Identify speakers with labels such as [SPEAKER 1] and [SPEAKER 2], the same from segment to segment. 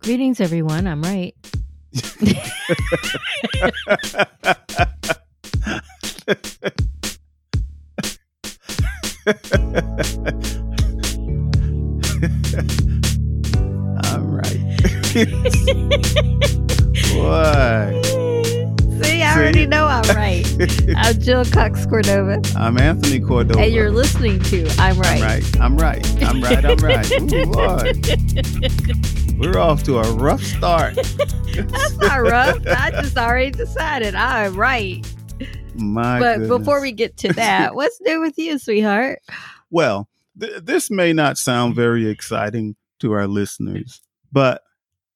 [SPEAKER 1] Greetings, everyone. I'm right.
[SPEAKER 2] All right. what?
[SPEAKER 1] See, I
[SPEAKER 2] See?
[SPEAKER 1] already know I'm right. I'm Jill Cox Cordova,
[SPEAKER 2] I'm Anthony Cordova.
[SPEAKER 1] and you're listening to I'm Right.
[SPEAKER 2] uh, I'm right. I'm right. I'm right. I'm right. Ooh, Lord. We're off to a rough start.
[SPEAKER 1] That's not rough. I just already decided I'm right.
[SPEAKER 2] My
[SPEAKER 1] but before
[SPEAKER 2] goodness.
[SPEAKER 1] we get to that, what's new with you, sweetheart?
[SPEAKER 2] Well, th- this may not sound very exciting to our listeners, but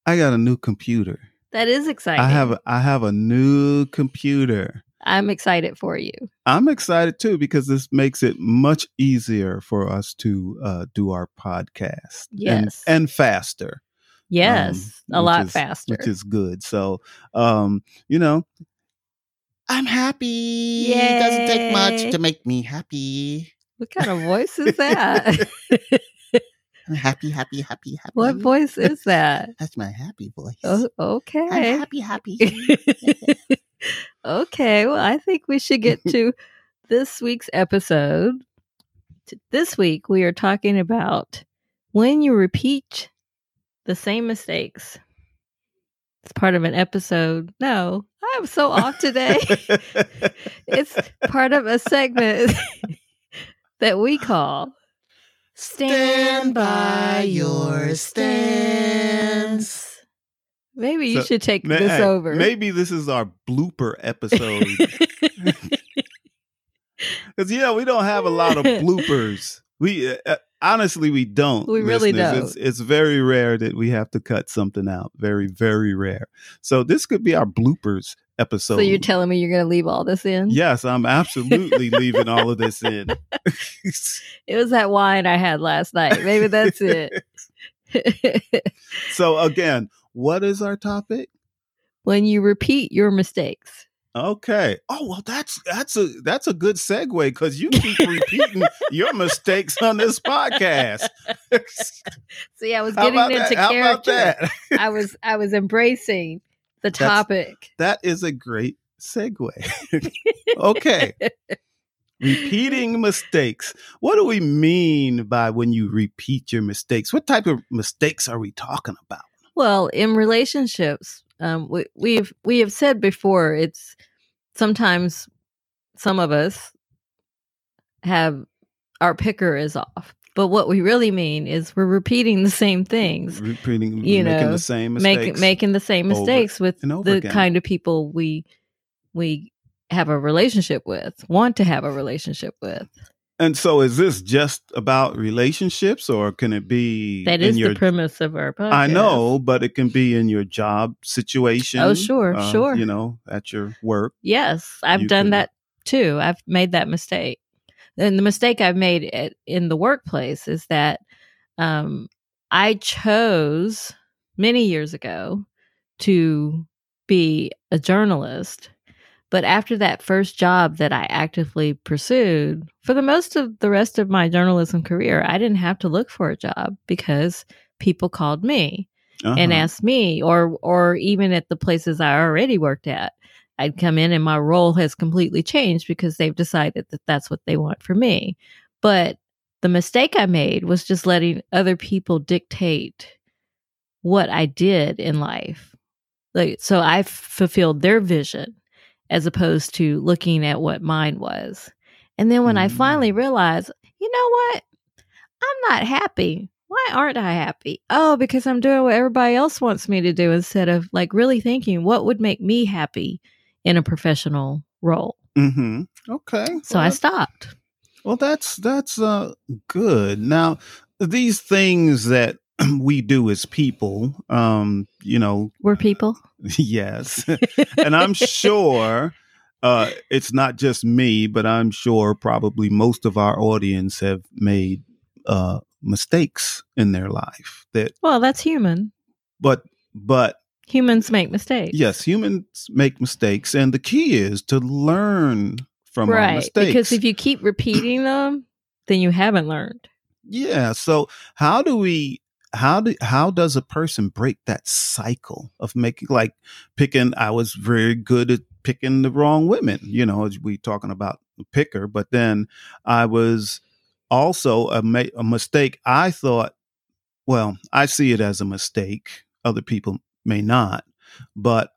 [SPEAKER 2] I got a new computer.
[SPEAKER 1] That is exciting.
[SPEAKER 2] I have a, I have a new computer.
[SPEAKER 1] I'm excited for you.
[SPEAKER 2] I'm excited too because this makes it much easier for us to uh, do our podcast. and-
[SPEAKER 1] Yes.
[SPEAKER 2] And, faster,
[SPEAKER 1] Yes, a
[SPEAKER 2] which
[SPEAKER 1] lot
[SPEAKER 2] is-
[SPEAKER 1] faster.
[SPEAKER 2] which is good. So, um, you know, I'm happy. It doesn't take
[SPEAKER 1] Yay.
[SPEAKER 2] much to make me happy.
[SPEAKER 1] what kind of voice is that?
[SPEAKER 2] I'm happy, happy, happy, happy.
[SPEAKER 1] what voice is that?
[SPEAKER 2] That's my happy voice.
[SPEAKER 1] Oh,
[SPEAKER 2] I'm
[SPEAKER 1] okay.
[SPEAKER 2] happy, happy.
[SPEAKER 1] okay, well, I think we should get to this week's episode. T- This week, we are talking about when you repeat the same mistakes. It's part of an episode. No, I'm so off today. it's part of a segment that we call
[SPEAKER 3] Stand by your stance.
[SPEAKER 1] Maybe you
[SPEAKER 2] So,
[SPEAKER 1] should take
[SPEAKER 2] May-
[SPEAKER 1] this
[SPEAKER 2] hey,
[SPEAKER 1] over.
[SPEAKER 2] Maybe this is our blooper episode. Because yeah, we don't have a lot of bloopers. We uh, uh, honestly we don't.
[SPEAKER 1] We really
[SPEAKER 2] listeners. It's, it's very rare that we have to cut something out. Very very rare. So this could be our bloopers episode.
[SPEAKER 1] so you're telling me you're going to leave all this in?
[SPEAKER 2] Yes, I'm absolutely leaving all of this in.
[SPEAKER 1] It was that wine I had last night. Maybe that's it.
[SPEAKER 2] so again, what is our topic?
[SPEAKER 1] when you repeat your mistakes.
[SPEAKER 2] Okay. Oh well, that's that's a that's a good segue because you keep repeating your mistakes on this podcast.
[SPEAKER 1] See, I was
[SPEAKER 2] How
[SPEAKER 1] getting
[SPEAKER 2] about
[SPEAKER 1] into
[SPEAKER 2] that? How about
[SPEAKER 1] character.
[SPEAKER 2] that?
[SPEAKER 1] I was I was embracing the
[SPEAKER 2] That's-
[SPEAKER 1] topic.
[SPEAKER 2] That is a great segue. okay. Repeating mistakes. What do we mean by when you repeat your mistakes? What type of mistakes are we talking about?
[SPEAKER 1] Well, in relationships, um, we, we've we have said before it's sometimes some of us have our picker is off, but what we really mean is we're repeating the same things,
[SPEAKER 2] Repeating,
[SPEAKER 1] You
[SPEAKER 2] making
[SPEAKER 1] know,
[SPEAKER 2] the same mistakes.
[SPEAKER 1] making making the same
[SPEAKER 2] over
[SPEAKER 1] mistakes with
[SPEAKER 2] and over
[SPEAKER 1] the
[SPEAKER 2] again.
[SPEAKER 1] kind of people we we have a relationship with, want to have a relationship with.
[SPEAKER 2] and so, is this just about relationships, or can it be
[SPEAKER 1] That
[SPEAKER 2] in
[SPEAKER 1] is
[SPEAKER 2] your?
[SPEAKER 1] the premise of our podcast.
[SPEAKER 2] I know, but it can be in your job situation.
[SPEAKER 1] Oh, sure,
[SPEAKER 2] uh,
[SPEAKER 1] sure.
[SPEAKER 2] You know, at your work.
[SPEAKER 1] Yes, I've
[SPEAKER 2] You
[SPEAKER 1] done
[SPEAKER 2] can-
[SPEAKER 1] that too. I've made that mistake. And the mistake I've made at, in the workplace is that um, I chose many years ago to be a journalist. But after that first job that I actively pursued, for the most of the rest of my journalism career, I didn't have to look for a job because people called me and
[SPEAKER 2] Uh-huh.
[SPEAKER 1] ask me or or even at the places I already worked at. I'd come in and my role has completely changed because they've decided that that's what they want for me. But the mistake I made was just letting other people dictate what I did in life. Like so I fulfilled their vision as opposed to looking at what mine was. And then when I
[SPEAKER 2] Mm.
[SPEAKER 1] finally realized, you know what? I'm not happy. Why aren't I happy? Oh, because I'm doing what everybody else wants me to do instead of like really thinking what would make me happy in a professional role.
[SPEAKER 2] hmm Okay.
[SPEAKER 1] So I
[SPEAKER 2] Well,
[SPEAKER 1] stopped.
[SPEAKER 2] Well, that's that's uh good. Now, these things that we do as people, um, you know,
[SPEAKER 1] We're people.
[SPEAKER 2] yes, and I'm sure uh, it's not just me, but I'm sure probably most of our audience have made uh, mistakes in their life. That,
[SPEAKER 1] Well, that's human.
[SPEAKER 2] but but
[SPEAKER 1] Humans make mistakes.
[SPEAKER 2] yes, humans make mistakes, and the key is to learn from our
[SPEAKER 1] right.
[SPEAKER 2] mistakes.
[SPEAKER 1] Because if you keep repeating them, then you haven't learned.
[SPEAKER 2] Yeah. So how do we how do how does a person break that cycle of making like picking i was very good at picking the wrong women you know as we talking about the picker but then i was also a, ma- a mistake i thought well i see it as a mistake other people may not but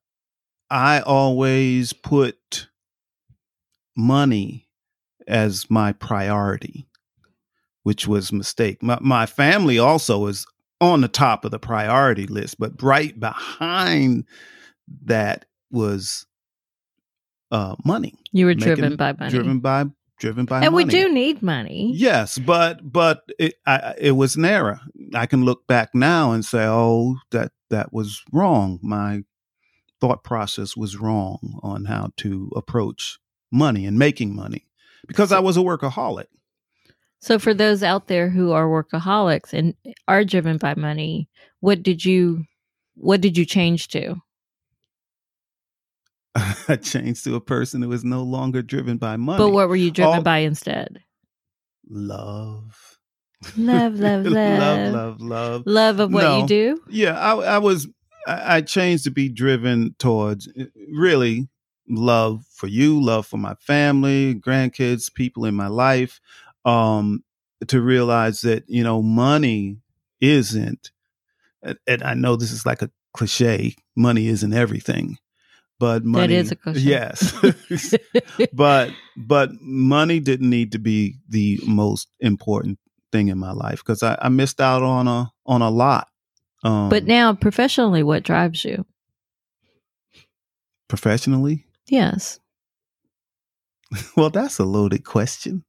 [SPEAKER 2] i always put money as my priority which was mistake. My, my family also is on the top of the priority list, but right behind that was uh, money.
[SPEAKER 1] You were
[SPEAKER 2] Making-
[SPEAKER 1] driven by money.
[SPEAKER 2] Driven by driven by
[SPEAKER 1] and we
[SPEAKER 2] money.
[SPEAKER 1] do need money.
[SPEAKER 2] Yes, but but it I, it was an error. I can look back now and say, oh, that that was wrong. My thought process was wrong on how to approach money and making money because I was a workaholic.
[SPEAKER 1] So for those out there who are workaholics and are driven by money, what did you what did you change to?
[SPEAKER 2] I changed to a person who is no longer driven by money.
[SPEAKER 1] But what were you driven
[SPEAKER 2] All-
[SPEAKER 1] by instead?
[SPEAKER 2] love.
[SPEAKER 1] Love, love,
[SPEAKER 2] love,
[SPEAKER 1] love.
[SPEAKER 2] love, love.
[SPEAKER 1] Love of what
[SPEAKER 2] No.
[SPEAKER 1] you do?
[SPEAKER 2] Yeah, I, I was. I, I changed to be driven towards uh, really love for you, love for my family, grandkids, people in my life. Um, to realize that you know money isn't, and, and I know this is like a cliche. Money isn't everything, but money
[SPEAKER 1] is a cliche.
[SPEAKER 2] Yes, but but money didn't need to be the most important thing in my life because I, I missed out on a on a lot. Um,
[SPEAKER 1] but now professionally what drives you?
[SPEAKER 2] professionally,
[SPEAKER 1] Yes.
[SPEAKER 2] well, that's a loaded question.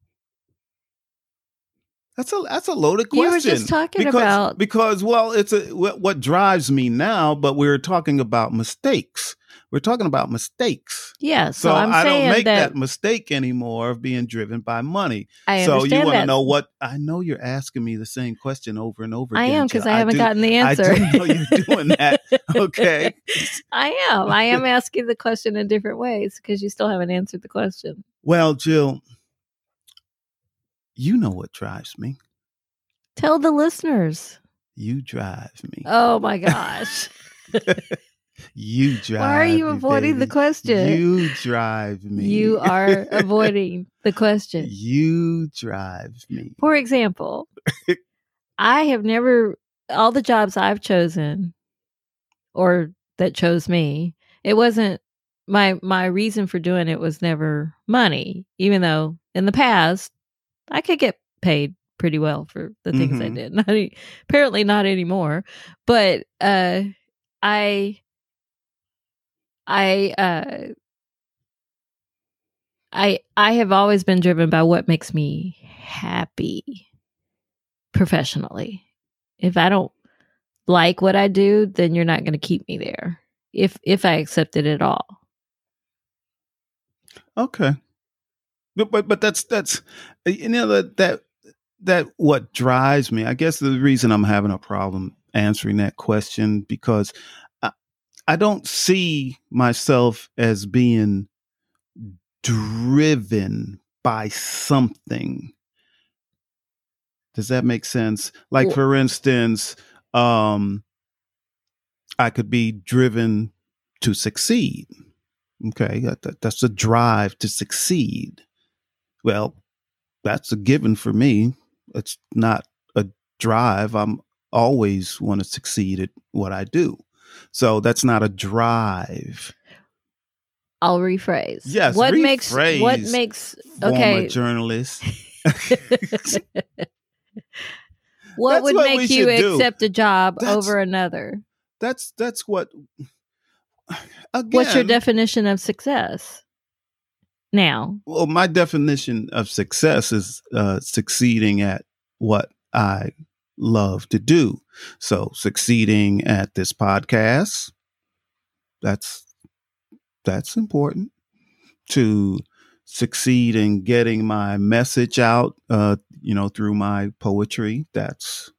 [SPEAKER 2] That's a that's a loaded question.
[SPEAKER 1] You were just talking
[SPEAKER 2] because,
[SPEAKER 1] about
[SPEAKER 2] because well, it's a what, what drives me now. But we're talking about mistakes. We're talking about mistakes.
[SPEAKER 1] Yeah, so,
[SPEAKER 2] So,
[SPEAKER 1] I'm
[SPEAKER 2] I
[SPEAKER 1] saying
[SPEAKER 2] don't make
[SPEAKER 1] that,
[SPEAKER 2] that mistake anymore of being driven by money.
[SPEAKER 1] I
[SPEAKER 2] so you
[SPEAKER 1] understand
[SPEAKER 2] want to
[SPEAKER 1] that.
[SPEAKER 2] know what? I know you're asking me the same question over and over.
[SPEAKER 1] I
[SPEAKER 2] again,
[SPEAKER 1] am because
[SPEAKER 2] Jill.
[SPEAKER 1] I haven't
[SPEAKER 2] do-
[SPEAKER 1] gotten the
[SPEAKER 2] I do
[SPEAKER 1] answer.
[SPEAKER 2] know you're doing that. Okay.
[SPEAKER 1] I am. I am asking the question in different ways because you still haven't answered the question.
[SPEAKER 2] Well, Jill, you know what drives me.
[SPEAKER 1] Tell the listeners.
[SPEAKER 2] You drive me.
[SPEAKER 1] Oh my gosh.
[SPEAKER 2] You drive.
[SPEAKER 1] Why are you
[SPEAKER 2] me,
[SPEAKER 1] avoiding the
[SPEAKER 2] baby.
[SPEAKER 1] question?
[SPEAKER 2] You drive me.
[SPEAKER 1] You are avoiding the question.
[SPEAKER 2] You drive me.
[SPEAKER 1] For example, I have never, all the jobs I've chosen or that chose me, it wasn't my my reason for doing it was never money even though in the past i could get paid pretty well for the things i
[SPEAKER 2] Mhm.
[SPEAKER 1] did not any, apparently not anymore but uh i i uh I I have always been driven by what makes me happy professionally. If I don't like what I do, then you're not going to keep me there. If if I accept it at all.
[SPEAKER 2] Okay. But, but but that's that's you know that that that what drives me. I guess the reason I'm having a problem answering that question because I, I don't see myself as being driven by something. Does that make sense? Like
[SPEAKER 1] Wh-
[SPEAKER 2] for instance, um I could be driven to succeed. Okay, that, that- that's a drive to succeed. Well, that's a given for me. It's not a drive. I'm always want to succeed at what I do. So that's not a drive.
[SPEAKER 1] I'll rephrase.
[SPEAKER 2] Yes,
[SPEAKER 1] What makes what
[SPEAKER 2] rephrase.
[SPEAKER 1] makes
[SPEAKER 2] Former
[SPEAKER 1] Okay.
[SPEAKER 2] journalist.
[SPEAKER 1] what
[SPEAKER 2] That's
[SPEAKER 1] would
[SPEAKER 2] what we
[SPEAKER 1] make you
[SPEAKER 2] should do.
[SPEAKER 1] accept a job
[SPEAKER 2] That's-
[SPEAKER 1] over another?
[SPEAKER 2] That's that's what. Again,
[SPEAKER 1] What's your definition of success? Now,
[SPEAKER 2] Well, my definition of success is uh, succeeding at what I love to do. So, succeeding at this podcast, that's that's important. To succeed in getting my message out, uh, you know, through my poetry, that's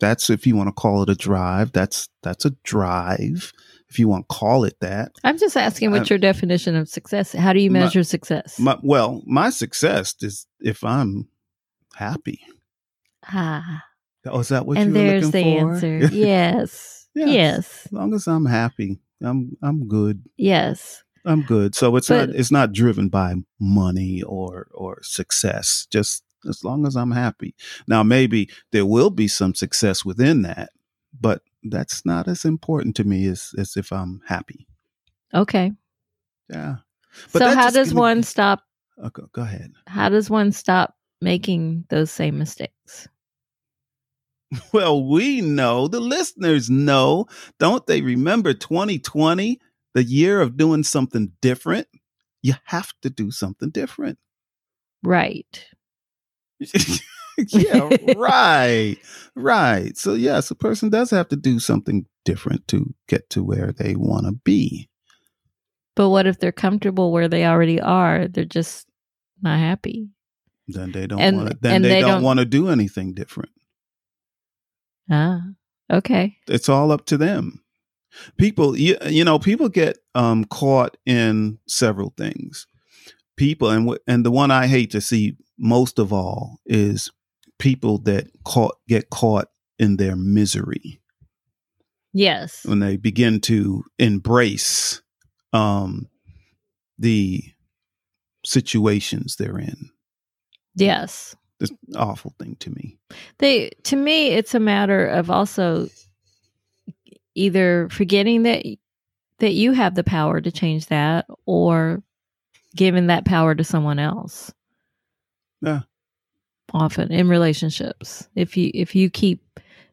[SPEAKER 2] that's if you want to call it a drive. That's that's a drive if you want to call it that.
[SPEAKER 1] I'm just asking what's
[SPEAKER 2] Um,
[SPEAKER 1] your definition of success? How do you
[SPEAKER 2] my-
[SPEAKER 1] measure success?
[SPEAKER 2] My, well, my success is if I'm happy.
[SPEAKER 1] ah,
[SPEAKER 2] Oh, is that what
[SPEAKER 1] and
[SPEAKER 2] you were
[SPEAKER 1] there's
[SPEAKER 2] looking
[SPEAKER 1] the
[SPEAKER 2] for?
[SPEAKER 1] answer. yes.
[SPEAKER 2] Yes.
[SPEAKER 1] Yes.
[SPEAKER 2] As long as I'm happy, I'm I'm good.
[SPEAKER 1] Yes.
[SPEAKER 2] I'm good. So it's
[SPEAKER 1] But-
[SPEAKER 2] not it's not driven by money or or success. Just as long as I'm happy. Now maybe there will be some success within that, but that's not as important to me as as if I'm happy.
[SPEAKER 1] Okay.
[SPEAKER 2] Yeah.
[SPEAKER 1] So
[SPEAKER 2] But that
[SPEAKER 1] how
[SPEAKER 2] just
[SPEAKER 1] does
[SPEAKER 2] gives me-
[SPEAKER 1] one stop
[SPEAKER 2] Uh, go, go ahead.
[SPEAKER 1] how does one stop making those same mistakes?
[SPEAKER 2] Well, we know the listeners know, don't they? Remember 2020, the year of doing something different. You have to do something different.
[SPEAKER 1] Right.
[SPEAKER 2] Mm-hmm. yeah, right, right. So yes, a person does have to do something different to get to where they want to be.
[SPEAKER 1] But what if they're comfortable where they already are? They're just not happy.
[SPEAKER 2] Then they don't
[SPEAKER 1] And-
[SPEAKER 2] want. to. Then
[SPEAKER 1] and
[SPEAKER 2] they,
[SPEAKER 1] they
[SPEAKER 2] don't,
[SPEAKER 1] don't-
[SPEAKER 2] want to do anything different.
[SPEAKER 1] Ah. Okay.
[SPEAKER 2] It's all up to them. People, you, you know, people get um, caught in several things. People, and wh- and the one I hate to see most of all is people that caught get caught in their misery.
[SPEAKER 1] Yes.
[SPEAKER 2] when they begin to embrace um, the situations they're in.
[SPEAKER 1] Yes.
[SPEAKER 2] It's an awful thing to me.
[SPEAKER 1] They to me it's a matter of also either forgetting that that you have the power to change that or giving that power to someone else.
[SPEAKER 2] Yeah.
[SPEAKER 1] Often in relationships. If you if you keep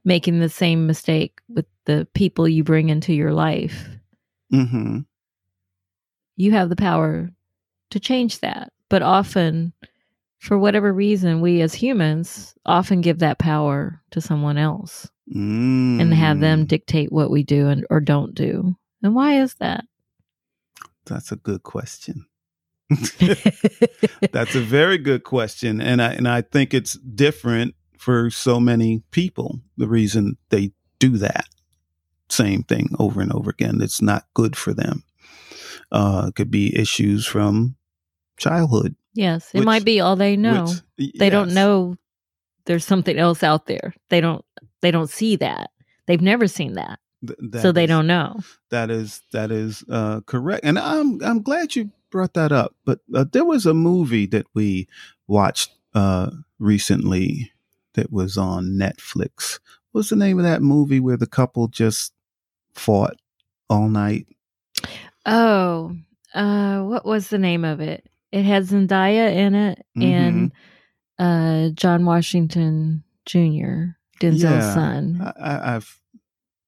[SPEAKER 1] making the same mistake with the people you bring into your life,
[SPEAKER 2] hmm
[SPEAKER 1] you have the power to change that. But often, for whatever reason, we as humans often give that power to someone else
[SPEAKER 2] Mm.
[SPEAKER 1] and have them dictate what we do and or don't do. And why is that?
[SPEAKER 2] That's a good question. That's a very good question, and I and I think it's different for so many people. The reason they do that same thing over and over again that's not good for them. Uh, it could be issues from childhood.
[SPEAKER 1] yes, it
[SPEAKER 2] Which-
[SPEAKER 1] might be all they know.
[SPEAKER 2] Which-
[SPEAKER 1] they don't
[SPEAKER 2] yes.
[SPEAKER 1] know there's something else out there. They don't they don't see that. They've never seen that.
[SPEAKER 2] Th- that
[SPEAKER 1] so they
[SPEAKER 2] is-
[SPEAKER 1] don't know.
[SPEAKER 2] That is that is uh, correct, and I'm I'm glad you brought that up. But uh, there was a movie that we watched uh, recently that was on Netflix. What's the name of that movie where the couple just fought all night?
[SPEAKER 1] Oh, uh, what was the name of it? It had Zendaya in it
[SPEAKER 2] Mm-hmm.
[SPEAKER 1] and uh, John Washington Jr., Denzel's
[SPEAKER 2] Yeah.
[SPEAKER 1] son.
[SPEAKER 2] I, I, I've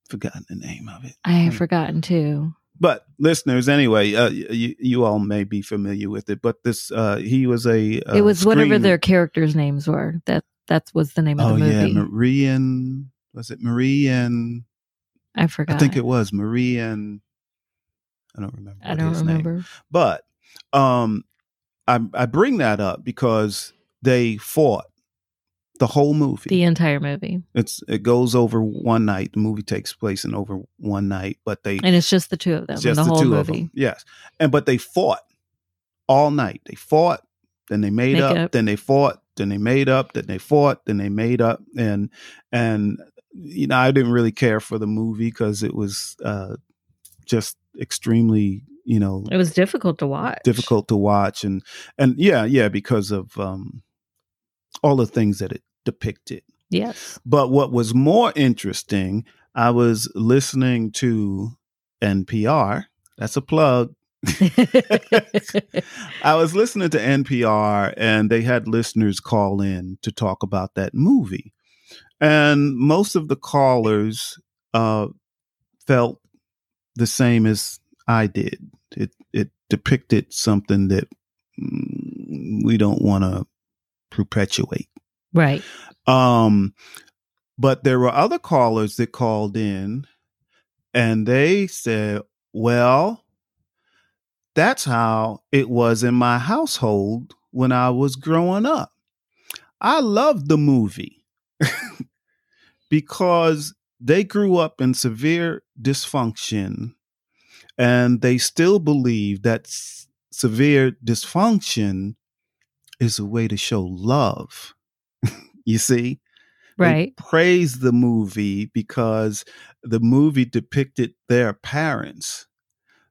[SPEAKER 2] forgotten the name of it.
[SPEAKER 1] I have
[SPEAKER 2] Hmm.
[SPEAKER 1] forgotten too.
[SPEAKER 2] But listeners, anyway, uh, you, you all may be familiar with it. But this, uh, he was a uh,
[SPEAKER 1] it was whatever
[SPEAKER 2] screen-
[SPEAKER 1] their characters' names were. That that was the name
[SPEAKER 2] Oh
[SPEAKER 1] of the
[SPEAKER 2] yeah,
[SPEAKER 1] movie.
[SPEAKER 2] Marie and was it Marie and
[SPEAKER 1] I forgot.
[SPEAKER 2] I think it was Marie and I don't remember.
[SPEAKER 1] I
[SPEAKER 2] what
[SPEAKER 1] don't
[SPEAKER 2] his name-
[SPEAKER 1] remember.
[SPEAKER 2] But um, I I bring that up because they fought the whole movie.
[SPEAKER 1] The entire movie,
[SPEAKER 2] It's it goes over one night. The movie takes place in over one night, but they
[SPEAKER 1] and it's just the two of them.
[SPEAKER 2] it's
[SPEAKER 1] the whole
[SPEAKER 2] of
[SPEAKER 1] movie.
[SPEAKER 2] them. Yes, and but they fought all night. They fought, then they made
[SPEAKER 1] Make
[SPEAKER 2] up,
[SPEAKER 1] up.
[SPEAKER 2] then they fought, then they made up, then they fought, then they made up, and and you know I didn't really care for the movie because it was uh, just extremely you know
[SPEAKER 1] It was difficult to watch.
[SPEAKER 2] difficult to watch and and yeah yeah because of um, all the things that it depicted.
[SPEAKER 1] Yes.
[SPEAKER 2] But what was more interesting, I was listening to NPR. That's a plug. I was listening to NPR and they had listeners call in to talk about that movie. And most of the callers uh, felt the same as I did. It, it depicted something that mm, we don't want to perpetuate.
[SPEAKER 1] right.
[SPEAKER 2] Um, but there were other callers that called in and they said, well, that's how it was in my household when I was growing up. I loved the movie because they grew up in severe dysfunction and they still believe that s- severe dysfunction is a way to show love. You see? They
[SPEAKER 1] Right.
[SPEAKER 2] praised the movie because the movie depicted their parents.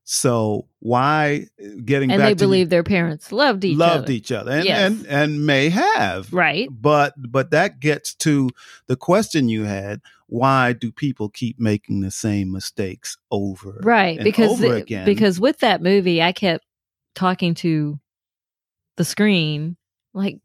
[SPEAKER 2] So why eh, getting
[SPEAKER 1] And
[SPEAKER 2] back
[SPEAKER 1] they
[SPEAKER 2] to
[SPEAKER 1] believe their parents loved each
[SPEAKER 2] loved
[SPEAKER 1] other.
[SPEAKER 2] each other and,
[SPEAKER 1] Yes.
[SPEAKER 2] and and may have
[SPEAKER 1] right.
[SPEAKER 2] but but that gets to the question you had why do people keep making the same mistakes over
[SPEAKER 1] Right.
[SPEAKER 2] and
[SPEAKER 1] Because
[SPEAKER 2] over
[SPEAKER 1] the-
[SPEAKER 2] again
[SPEAKER 1] because with that movie I kept talking to the screen like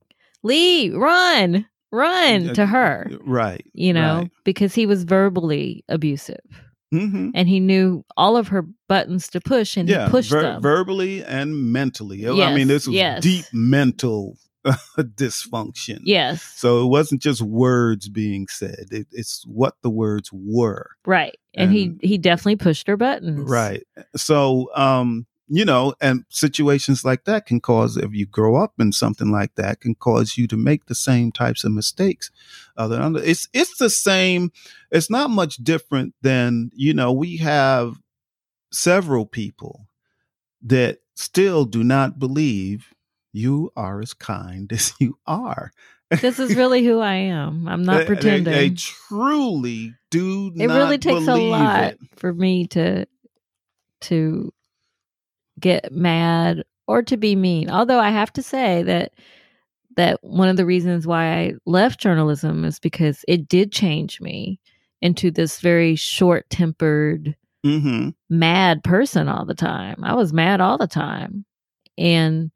[SPEAKER 1] Lee, run, run to her.
[SPEAKER 2] right
[SPEAKER 1] You know,
[SPEAKER 2] right.
[SPEAKER 1] because he was verbally abusive
[SPEAKER 2] hmm
[SPEAKER 1] and he knew all of her buttons to push and
[SPEAKER 2] yeah
[SPEAKER 1] he pushed
[SPEAKER 2] ver-
[SPEAKER 1] them.
[SPEAKER 2] verbally and mentally i
[SPEAKER 1] Yes,
[SPEAKER 2] mean this was
[SPEAKER 1] yes.
[SPEAKER 2] deep mental dysfunction
[SPEAKER 1] yes.
[SPEAKER 2] so it wasn't just words being said it, it's what the words were
[SPEAKER 1] right. And,
[SPEAKER 2] and-
[SPEAKER 1] he he definitely pushed her buttons.
[SPEAKER 2] Right. So, um, you know, and situations like that can cause, if you grow up in something like that, can cause you to make the same types of mistakes. Other than it's it's the same. It's not much different than you know we have several people that still do not believe you are as kind as you are.
[SPEAKER 1] This is really who I am. I'm
[SPEAKER 2] They-
[SPEAKER 1] not
[SPEAKER 2] they-
[SPEAKER 1] pretending.
[SPEAKER 2] They, truly do.
[SPEAKER 1] it
[SPEAKER 2] not
[SPEAKER 1] really takes a
[SPEAKER 2] believe
[SPEAKER 1] lot
[SPEAKER 2] it.
[SPEAKER 1] for me to to get mad or to be mean although i have to say that that one of the reasons why i left journalism is because it did change me into this very short-tempered
[SPEAKER 2] hmm
[SPEAKER 1] mad person all the time i was mad all the time and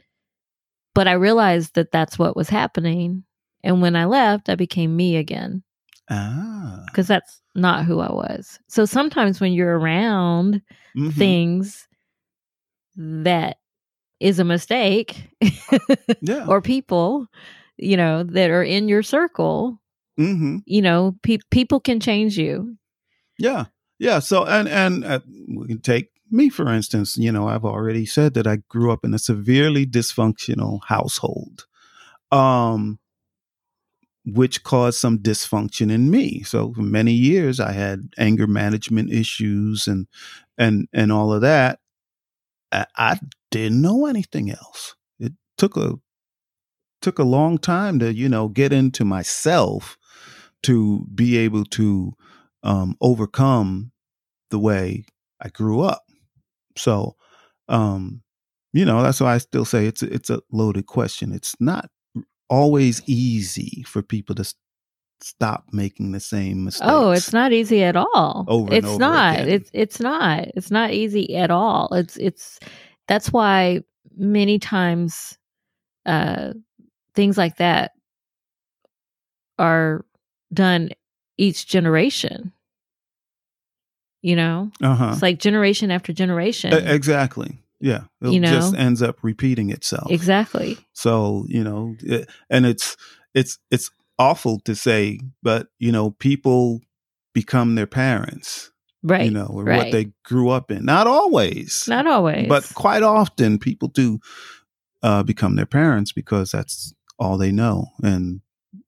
[SPEAKER 1] but i realized that that's what was happening and when i left i became me again
[SPEAKER 2] Ah.
[SPEAKER 1] because that's not who I was. So sometimes when you're around
[SPEAKER 2] Mhm.
[SPEAKER 1] things that is a mistake
[SPEAKER 2] Yeah.
[SPEAKER 1] or people, you know, that are in your circle,
[SPEAKER 2] hmm
[SPEAKER 1] you know, pe- people can change you.
[SPEAKER 2] Yeah, yeah. So, and and uh, we can take me for instance. You know, I've already said that I grew up in a severely dysfunctional household, um, which caused some dysfunction in me. So, for many years, I had anger management issues and and and all of that. I, I didn't know anything else. It took a took a long time to you know get into myself to be able to um, overcome the way I grew up. So, um, you know, that's why I still say it's a, it's a loaded question. It's not always easy for people to s- stop making the same mistakes.
[SPEAKER 1] Oh, it's not easy at all.
[SPEAKER 2] Over and
[SPEAKER 1] it's
[SPEAKER 2] over
[SPEAKER 1] not.
[SPEAKER 2] again.
[SPEAKER 1] It's it's not. It's not easy at all. It's it's that's why many times uh things like that are done each generation. You know?
[SPEAKER 2] uh-huh.
[SPEAKER 1] It's like generation after generation.
[SPEAKER 2] E- exactly. Yeah, it
[SPEAKER 1] You
[SPEAKER 2] just
[SPEAKER 1] know?
[SPEAKER 2] ends up repeating itself.
[SPEAKER 1] exactly.
[SPEAKER 2] So you know, it, and it's it's it's awful to say, but you know, people become their parents.
[SPEAKER 1] Right.
[SPEAKER 2] you know, or what
[SPEAKER 1] right.
[SPEAKER 2] they grew up in. Not always,
[SPEAKER 1] not always.
[SPEAKER 2] but quite often people do uh, become their parents because that's all they know, and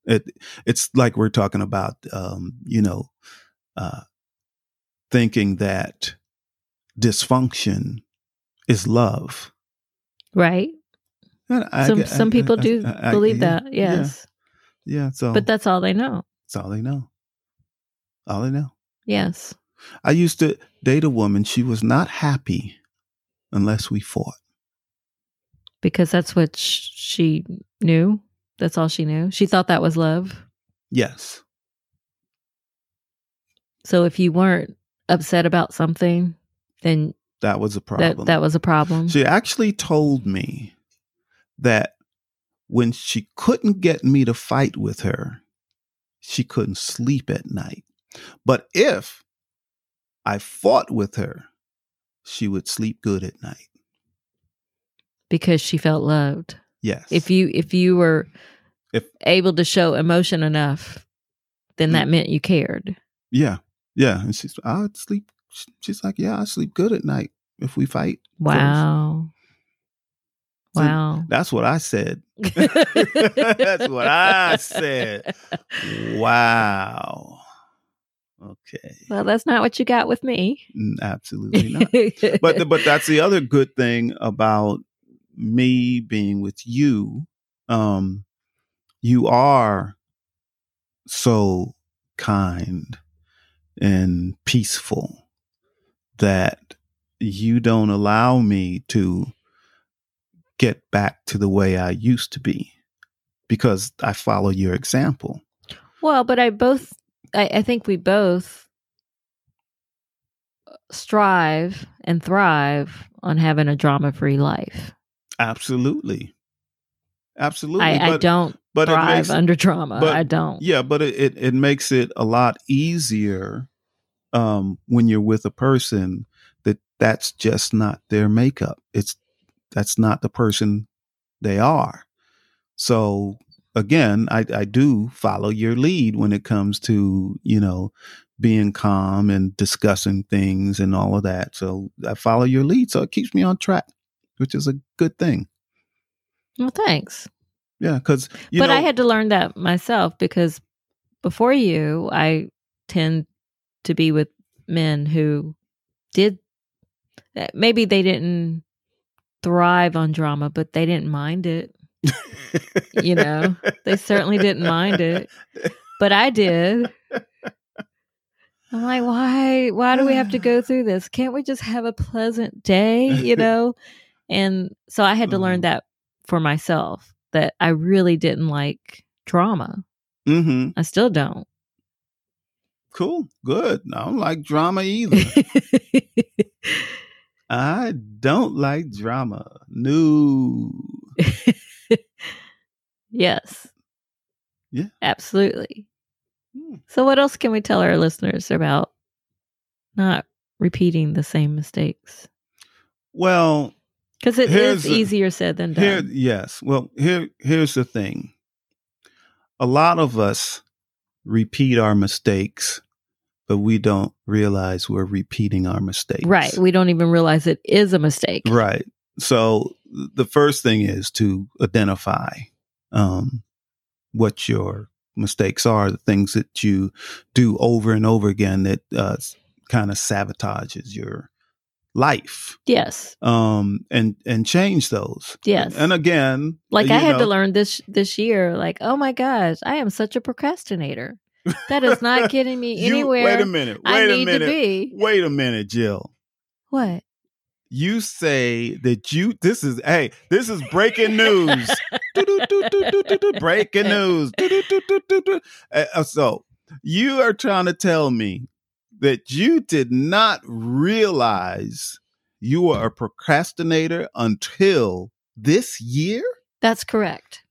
[SPEAKER 2] it it's like we're talking about, um, you know, uh, thinking that dysfunction is love.
[SPEAKER 1] right.
[SPEAKER 2] And I
[SPEAKER 1] some
[SPEAKER 2] get-
[SPEAKER 1] some
[SPEAKER 2] I-
[SPEAKER 1] people
[SPEAKER 2] I-
[SPEAKER 1] do
[SPEAKER 2] I- I-
[SPEAKER 1] believe
[SPEAKER 2] yeah,
[SPEAKER 1] that. Yes.
[SPEAKER 2] Yeah, yeah. So
[SPEAKER 1] But that's all they know.
[SPEAKER 2] that's all they know. All they know.
[SPEAKER 1] Yes.
[SPEAKER 2] I used to date a woman. She was not happy unless we fought.
[SPEAKER 1] because that's what sh- she knew. That's all she knew. She thought that was love.
[SPEAKER 2] Yes.
[SPEAKER 1] So if you weren't upset about something, then
[SPEAKER 2] That was a problem.
[SPEAKER 1] that that was a problem.
[SPEAKER 2] She actually told me that when she couldn't get me to fight with her, she couldn't sleep at night. But if I fought with her, she would sleep good at night.
[SPEAKER 1] because she felt loved.
[SPEAKER 2] Yes.
[SPEAKER 1] If you if you were
[SPEAKER 2] If- Mm.
[SPEAKER 1] able to show emotion enough, then that meant you cared.
[SPEAKER 2] yeah. Yeah. And she's, I'd sleep. She's like, yeah, I sleep good at night if we fight.
[SPEAKER 1] Wow.
[SPEAKER 2] So-
[SPEAKER 1] Wow.
[SPEAKER 2] That's what I said. That's what I said. Wow. Okay.
[SPEAKER 1] Well, that's not what you got with me.
[SPEAKER 2] Mm, Absolutely not. but but that's the other good thing about me being with you um you are so kind and peaceful that you don't allow me to get back to the way I used to be because I follow your example.
[SPEAKER 1] Well, but I both, I, I think we both strive and thrive on having a drama free life.
[SPEAKER 2] Absolutely. Absolutely.
[SPEAKER 1] I, I don't
[SPEAKER 2] but
[SPEAKER 1] thrive
[SPEAKER 2] it makes,
[SPEAKER 1] under drama.
[SPEAKER 2] but-
[SPEAKER 1] I don't.
[SPEAKER 2] yeah, but it, it, it makes it a lot easier um, when you're with a person that that's just not their makeup. It's that's not the person they are. So again, I, I do follow your lead when it comes to, you know, being calm and discussing things and all of that. So I follow your lead. So it keeps me on track, which is a good thing.
[SPEAKER 1] Well, thanks.
[SPEAKER 2] Yeah. Cause, you
[SPEAKER 1] but
[SPEAKER 2] know,
[SPEAKER 1] I had to learn that myself because before you, I tend to be with men who did that. Maybe they didn't thrive on drama, but they didn't mind it. you know, they certainly didn't mind it, but I did. I'm like, why? Why do we have to go through this? Can't we just have a pleasant day? You know, and so I had to learn
[SPEAKER 2] Mhm.
[SPEAKER 1] that for myself that I really didn't like drama.
[SPEAKER 2] Mm-hmm.
[SPEAKER 1] I still don't.
[SPEAKER 2] Cool. Good. I don't like drama either. I don't like drama. No.
[SPEAKER 1] yes.
[SPEAKER 2] Yeah.
[SPEAKER 1] Absolutely.
[SPEAKER 2] Hmm.
[SPEAKER 1] So, what else can we tell our listeners about not repeating the same mistakes?
[SPEAKER 2] Well,
[SPEAKER 1] Because it is
[SPEAKER 2] Here's the-
[SPEAKER 1] easier said than done.
[SPEAKER 2] Here, yes. Well, here here's the thing. A lot of us repeat our mistakes, but we don't realize we're repeating our mistakes.
[SPEAKER 1] right. We don't even realize it is a mistake.
[SPEAKER 2] Right. So the first thing is to identify um, what your mistakes are, the things that you do over and over again that uh, kind of sabotages your life
[SPEAKER 1] Yes.
[SPEAKER 2] um and and change those
[SPEAKER 1] Yes.
[SPEAKER 2] and again
[SPEAKER 1] Like
[SPEAKER 2] you
[SPEAKER 1] I had
[SPEAKER 2] know,
[SPEAKER 1] to learn this this year. Like, oh my gosh, I am such a procrastinator. That is not getting me
[SPEAKER 2] You-
[SPEAKER 1] anywhere
[SPEAKER 2] wait a minute. Wait
[SPEAKER 1] I
[SPEAKER 2] a
[SPEAKER 1] need to
[SPEAKER 2] minute.
[SPEAKER 1] be.
[SPEAKER 2] Wait a minute, Jill.
[SPEAKER 1] What?
[SPEAKER 2] You say that you this is hey, this is breaking news. Do-do-do-do-do-do-do, breaking news. Do-do-do-do-do-do. Uh, uh, so you are trying to tell me that you did not realize you were a procrastinator until this year?
[SPEAKER 1] That's correct.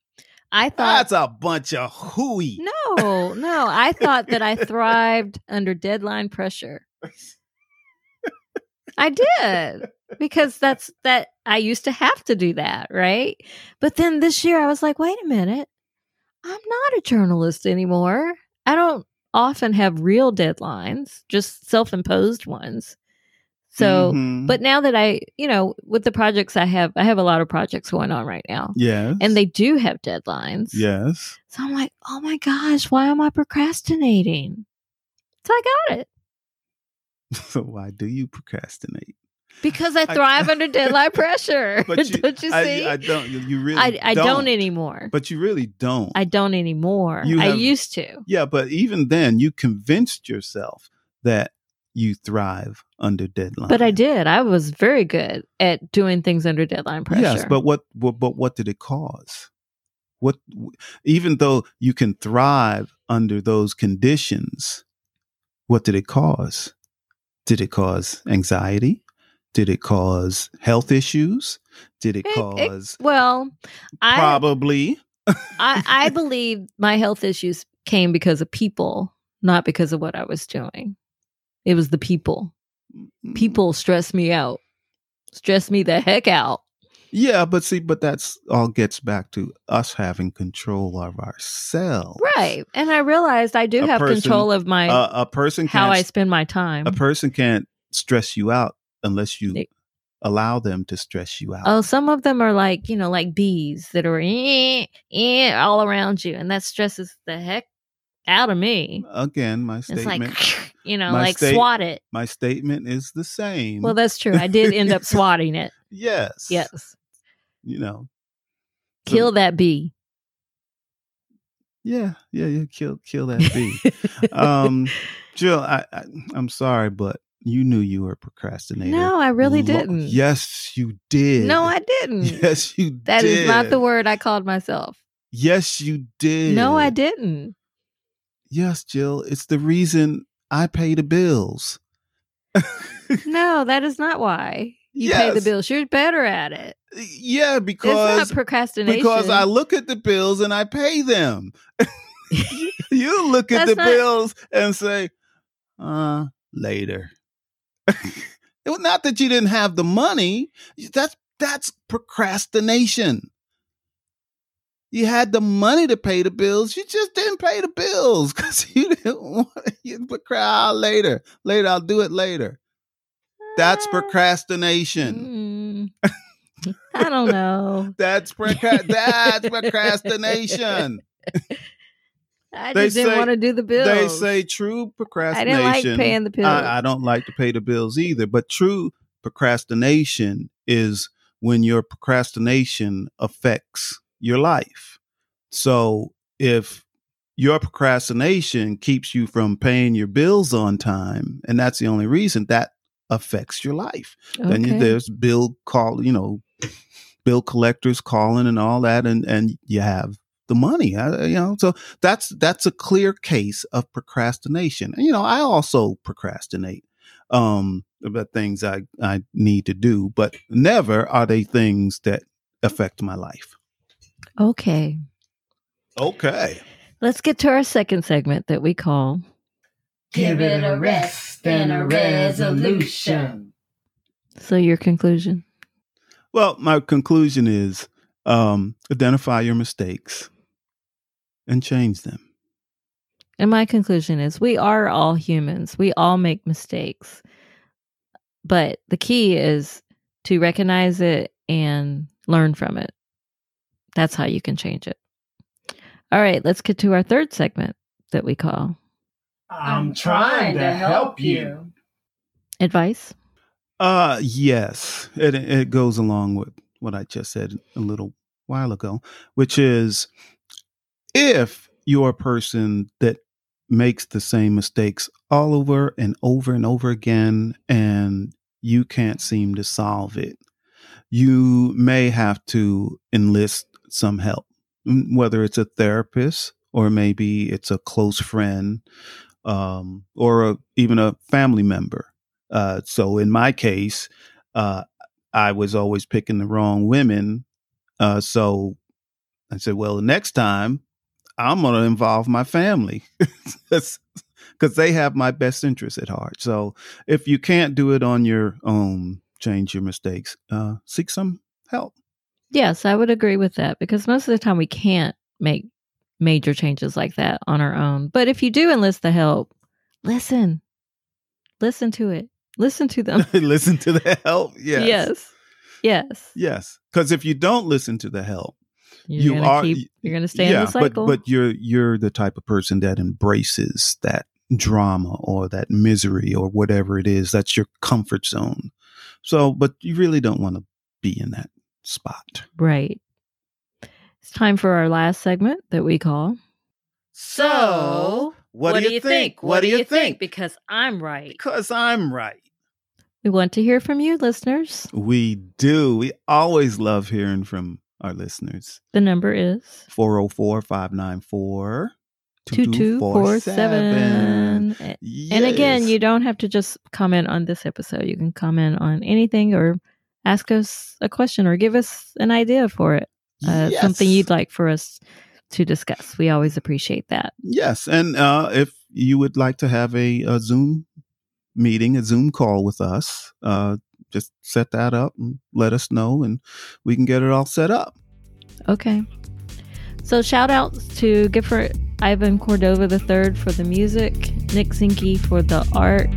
[SPEAKER 1] I thought
[SPEAKER 2] That's a bunch of hooey.
[SPEAKER 1] Uh, No, no. I thought that I thrived under deadline pressure. I did because that's that I used to have to do that, right? But then this year I was like, wait a minute. I'm not a journalist anymore. I don't often have real deadlines, just self-imposed ones. So,
[SPEAKER 2] Mhm.
[SPEAKER 1] but now that I, you know, with the projects I have, I have a lot of projects going on right now.
[SPEAKER 2] yes.
[SPEAKER 1] And they do have deadlines.
[SPEAKER 2] yes.
[SPEAKER 1] So I'm like, oh my gosh, why am I procrastinating? So I got it
[SPEAKER 2] So why do you procrastinate?
[SPEAKER 1] because I
[SPEAKER 2] I-
[SPEAKER 1] thrive under deadline pressure.
[SPEAKER 2] But you-
[SPEAKER 1] don't you see?
[SPEAKER 2] I, I
[SPEAKER 1] I,
[SPEAKER 2] don't. You you really.
[SPEAKER 1] I, don't. anymore.
[SPEAKER 2] But you really don't.
[SPEAKER 1] I don't anymore.
[SPEAKER 2] You
[SPEAKER 1] I
[SPEAKER 2] have-
[SPEAKER 1] used to.
[SPEAKER 2] yeah, but even then, you convinced yourself that you thrive under deadline.
[SPEAKER 1] But I did. I was very good at doing things under deadline pressure.
[SPEAKER 2] Yes, but what, what? But what did it cause? What? Even though you can thrive under those conditions, what did it cause? Did it cause anxiety? Did it cause health issues? Did it,
[SPEAKER 1] It- it-
[SPEAKER 2] cause
[SPEAKER 1] well, I,
[SPEAKER 2] probably?
[SPEAKER 1] I I believe my health issues came because of people, not because of what I was doing. It was the people.
[SPEAKER 2] mm,
[SPEAKER 1] People stress me out. Stress me the heck out.
[SPEAKER 2] Yeah, but see, but that's all gets back to us having control of ourselves.
[SPEAKER 1] Right. And I realized I do
[SPEAKER 2] A
[SPEAKER 1] have
[SPEAKER 2] person-
[SPEAKER 1] control of my
[SPEAKER 2] A, a person
[SPEAKER 1] how
[SPEAKER 2] can't
[SPEAKER 1] I spend my time.
[SPEAKER 2] a person can't stress you out unless you
[SPEAKER 1] They-
[SPEAKER 2] allow them to stress you out.
[SPEAKER 1] oh, some of them are like, you know, like bees that are eh, eh, all around you and that stresses the heck out of me.
[SPEAKER 2] Again, my
[SPEAKER 1] It's
[SPEAKER 2] statement
[SPEAKER 1] like, you know,
[SPEAKER 2] My
[SPEAKER 1] like
[SPEAKER 2] state-
[SPEAKER 1] swat it.
[SPEAKER 2] my statement is the same.
[SPEAKER 1] Well, that's true. I did end up swatting it.
[SPEAKER 2] yes.
[SPEAKER 1] Yes.
[SPEAKER 2] You know.
[SPEAKER 1] Kill that bee.
[SPEAKER 2] yeah, yeah, yeah. Kill, kill that bee. um, Jill, I, I, I'm sorry, but you knew you were procrastinating.
[SPEAKER 1] No, I really didn't.
[SPEAKER 2] Yes, you did.
[SPEAKER 1] No, I didn't.
[SPEAKER 2] Yes, you.
[SPEAKER 1] That is
[SPEAKER 2] did.
[SPEAKER 1] not the word I called myself.
[SPEAKER 2] Yes, you did.
[SPEAKER 1] No, I didn't.
[SPEAKER 2] Yes, Jill. It's the reason I pay the bills.
[SPEAKER 1] No, that is not why you pay the
[SPEAKER 2] Yes.
[SPEAKER 1] bills. You're better at it.
[SPEAKER 2] Yeah,
[SPEAKER 1] it's
[SPEAKER 2] because
[SPEAKER 1] not procrastination.
[SPEAKER 2] because I look at the bills and I pay them. you look at
[SPEAKER 1] That's
[SPEAKER 2] the
[SPEAKER 1] not-
[SPEAKER 2] bills and say, uh, later. it was not that you didn't have the money. That's that's procrastination. You had the money to pay the bills. You just didn't pay the bills because you didn't want you procrast later. Later, I'll do it later. That's procrastination.
[SPEAKER 1] Ah. Mm. I don't know.
[SPEAKER 2] That's procra- that's procrastination.
[SPEAKER 1] I
[SPEAKER 2] They
[SPEAKER 1] just didn't
[SPEAKER 2] say-
[SPEAKER 1] want to do the bills.
[SPEAKER 2] They say true
[SPEAKER 1] I
[SPEAKER 2] procrastination.
[SPEAKER 1] didn't like paying the bills.
[SPEAKER 2] I, I don't like to pay the bills either. But true procrastination is when your procrastination affects your life. So if your procrastination keeps you from paying your bills on time, and that's the only reason that affects your life. Then you,
[SPEAKER 1] Okay.
[SPEAKER 2] there's bill call, you know, bill collectors calling and all that, and and you have the money, I, you know. So that's that's a clear case of procrastination. And, you know, I also procrastinate um, about things I I need to do, but never are they things that affect my life.
[SPEAKER 1] Okay.
[SPEAKER 2] Okay.
[SPEAKER 1] Let's get to our second segment that we call
[SPEAKER 3] Give it a rest and a resolution.
[SPEAKER 1] So Your Conclusion.
[SPEAKER 2] Well, my conclusion is um, identify your mistakes and change them.
[SPEAKER 1] And my conclusion is we are all humans. We all make mistakes. But the key is to recognize it and learn from it. That's how you can change it. All right, let's get to our third segment that we call
[SPEAKER 3] I'm trying to help you.
[SPEAKER 1] advice.
[SPEAKER 2] Uh yes. It it goes along with what I just said a little while ago, which is if you're a person that makes the same mistakes all over and over and over again and you can't seem to solve it, you may have to enlist some help, m- whether it's a therapist or maybe it's a close friend um, or a, even a family member. Uh, so in my case, uh, I was always picking the wrong women. Uh, so I said, well, next time I'm going to involve my family because they have my best interests at heart. So if you can't do it on your own, change your mistakes, uh, seek some help.
[SPEAKER 1] Yes, I would agree with that because most of the time we can't make major changes like that on our own. But if you do enlist the help, listen. Listen to it. Listen to them.
[SPEAKER 2] Listen to the help. Yes.
[SPEAKER 1] Yes. Yes.
[SPEAKER 2] Yes. Because if you don't listen to the help,
[SPEAKER 1] You're
[SPEAKER 2] You
[SPEAKER 1] gonna
[SPEAKER 2] are-
[SPEAKER 1] keep, you're gonna stay in the cycle.
[SPEAKER 2] But but you're you're the type of person that embraces that drama or that misery or whatever it is. That's your comfort zone. So, but you really don't want to be in that spot.
[SPEAKER 1] right. It's time for our last segment that we call
[SPEAKER 3] So,
[SPEAKER 1] Because I'm right.
[SPEAKER 2] Because I'm right.
[SPEAKER 1] We want to hear from you, listeners.
[SPEAKER 2] We do. We always love hearing from our listeners.
[SPEAKER 1] The number is
[SPEAKER 2] 404 594
[SPEAKER 1] two two four seven. And again, you don't have to just comment on this episode. You can comment on anything or ask us a question or give us an idea for it. Uh, Something you'd like for us to discuss. We always appreciate that.
[SPEAKER 2] Yes, and uh, if you would like to have a, a Zoom meeting, a Zoom call with us, uh, just set that up and let us know, and we can get it all set up.
[SPEAKER 1] Okay. So shout outs to Gifford Ivan Cordova III for the music, Nick Zinke for the art,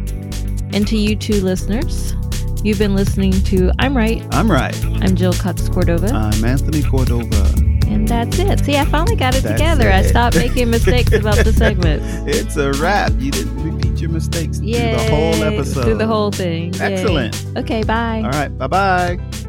[SPEAKER 1] and to you two listeners. You've been listening to I'm Right.
[SPEAKER 2] I'm right.
[SPEAKER 1] I'm Jill Cox Cordova.
[SPEAKER 2] I'm Anthony Cordova.
[SPEAKER 1] and that's it. See, I finally got it
[SPEAKER 2] That's
[SPEAKER 1] together. I
[SPEAKER 2] it.
[SPEAKER 1] stopped making mistakes about the segments.
[SPEAKER 2] It's a wrap. You didn't repeat your mistakes
[SPEAKER 1] Yeah.
[SPEAKER 2] through the whole episode.
[SPEAKER 1] Through the whole thing. Yay.
[SPEAKER 2] Excellent.
[SPEAKER 1] Okay, bye.
[SPEAKER 2] All right. Bye bye.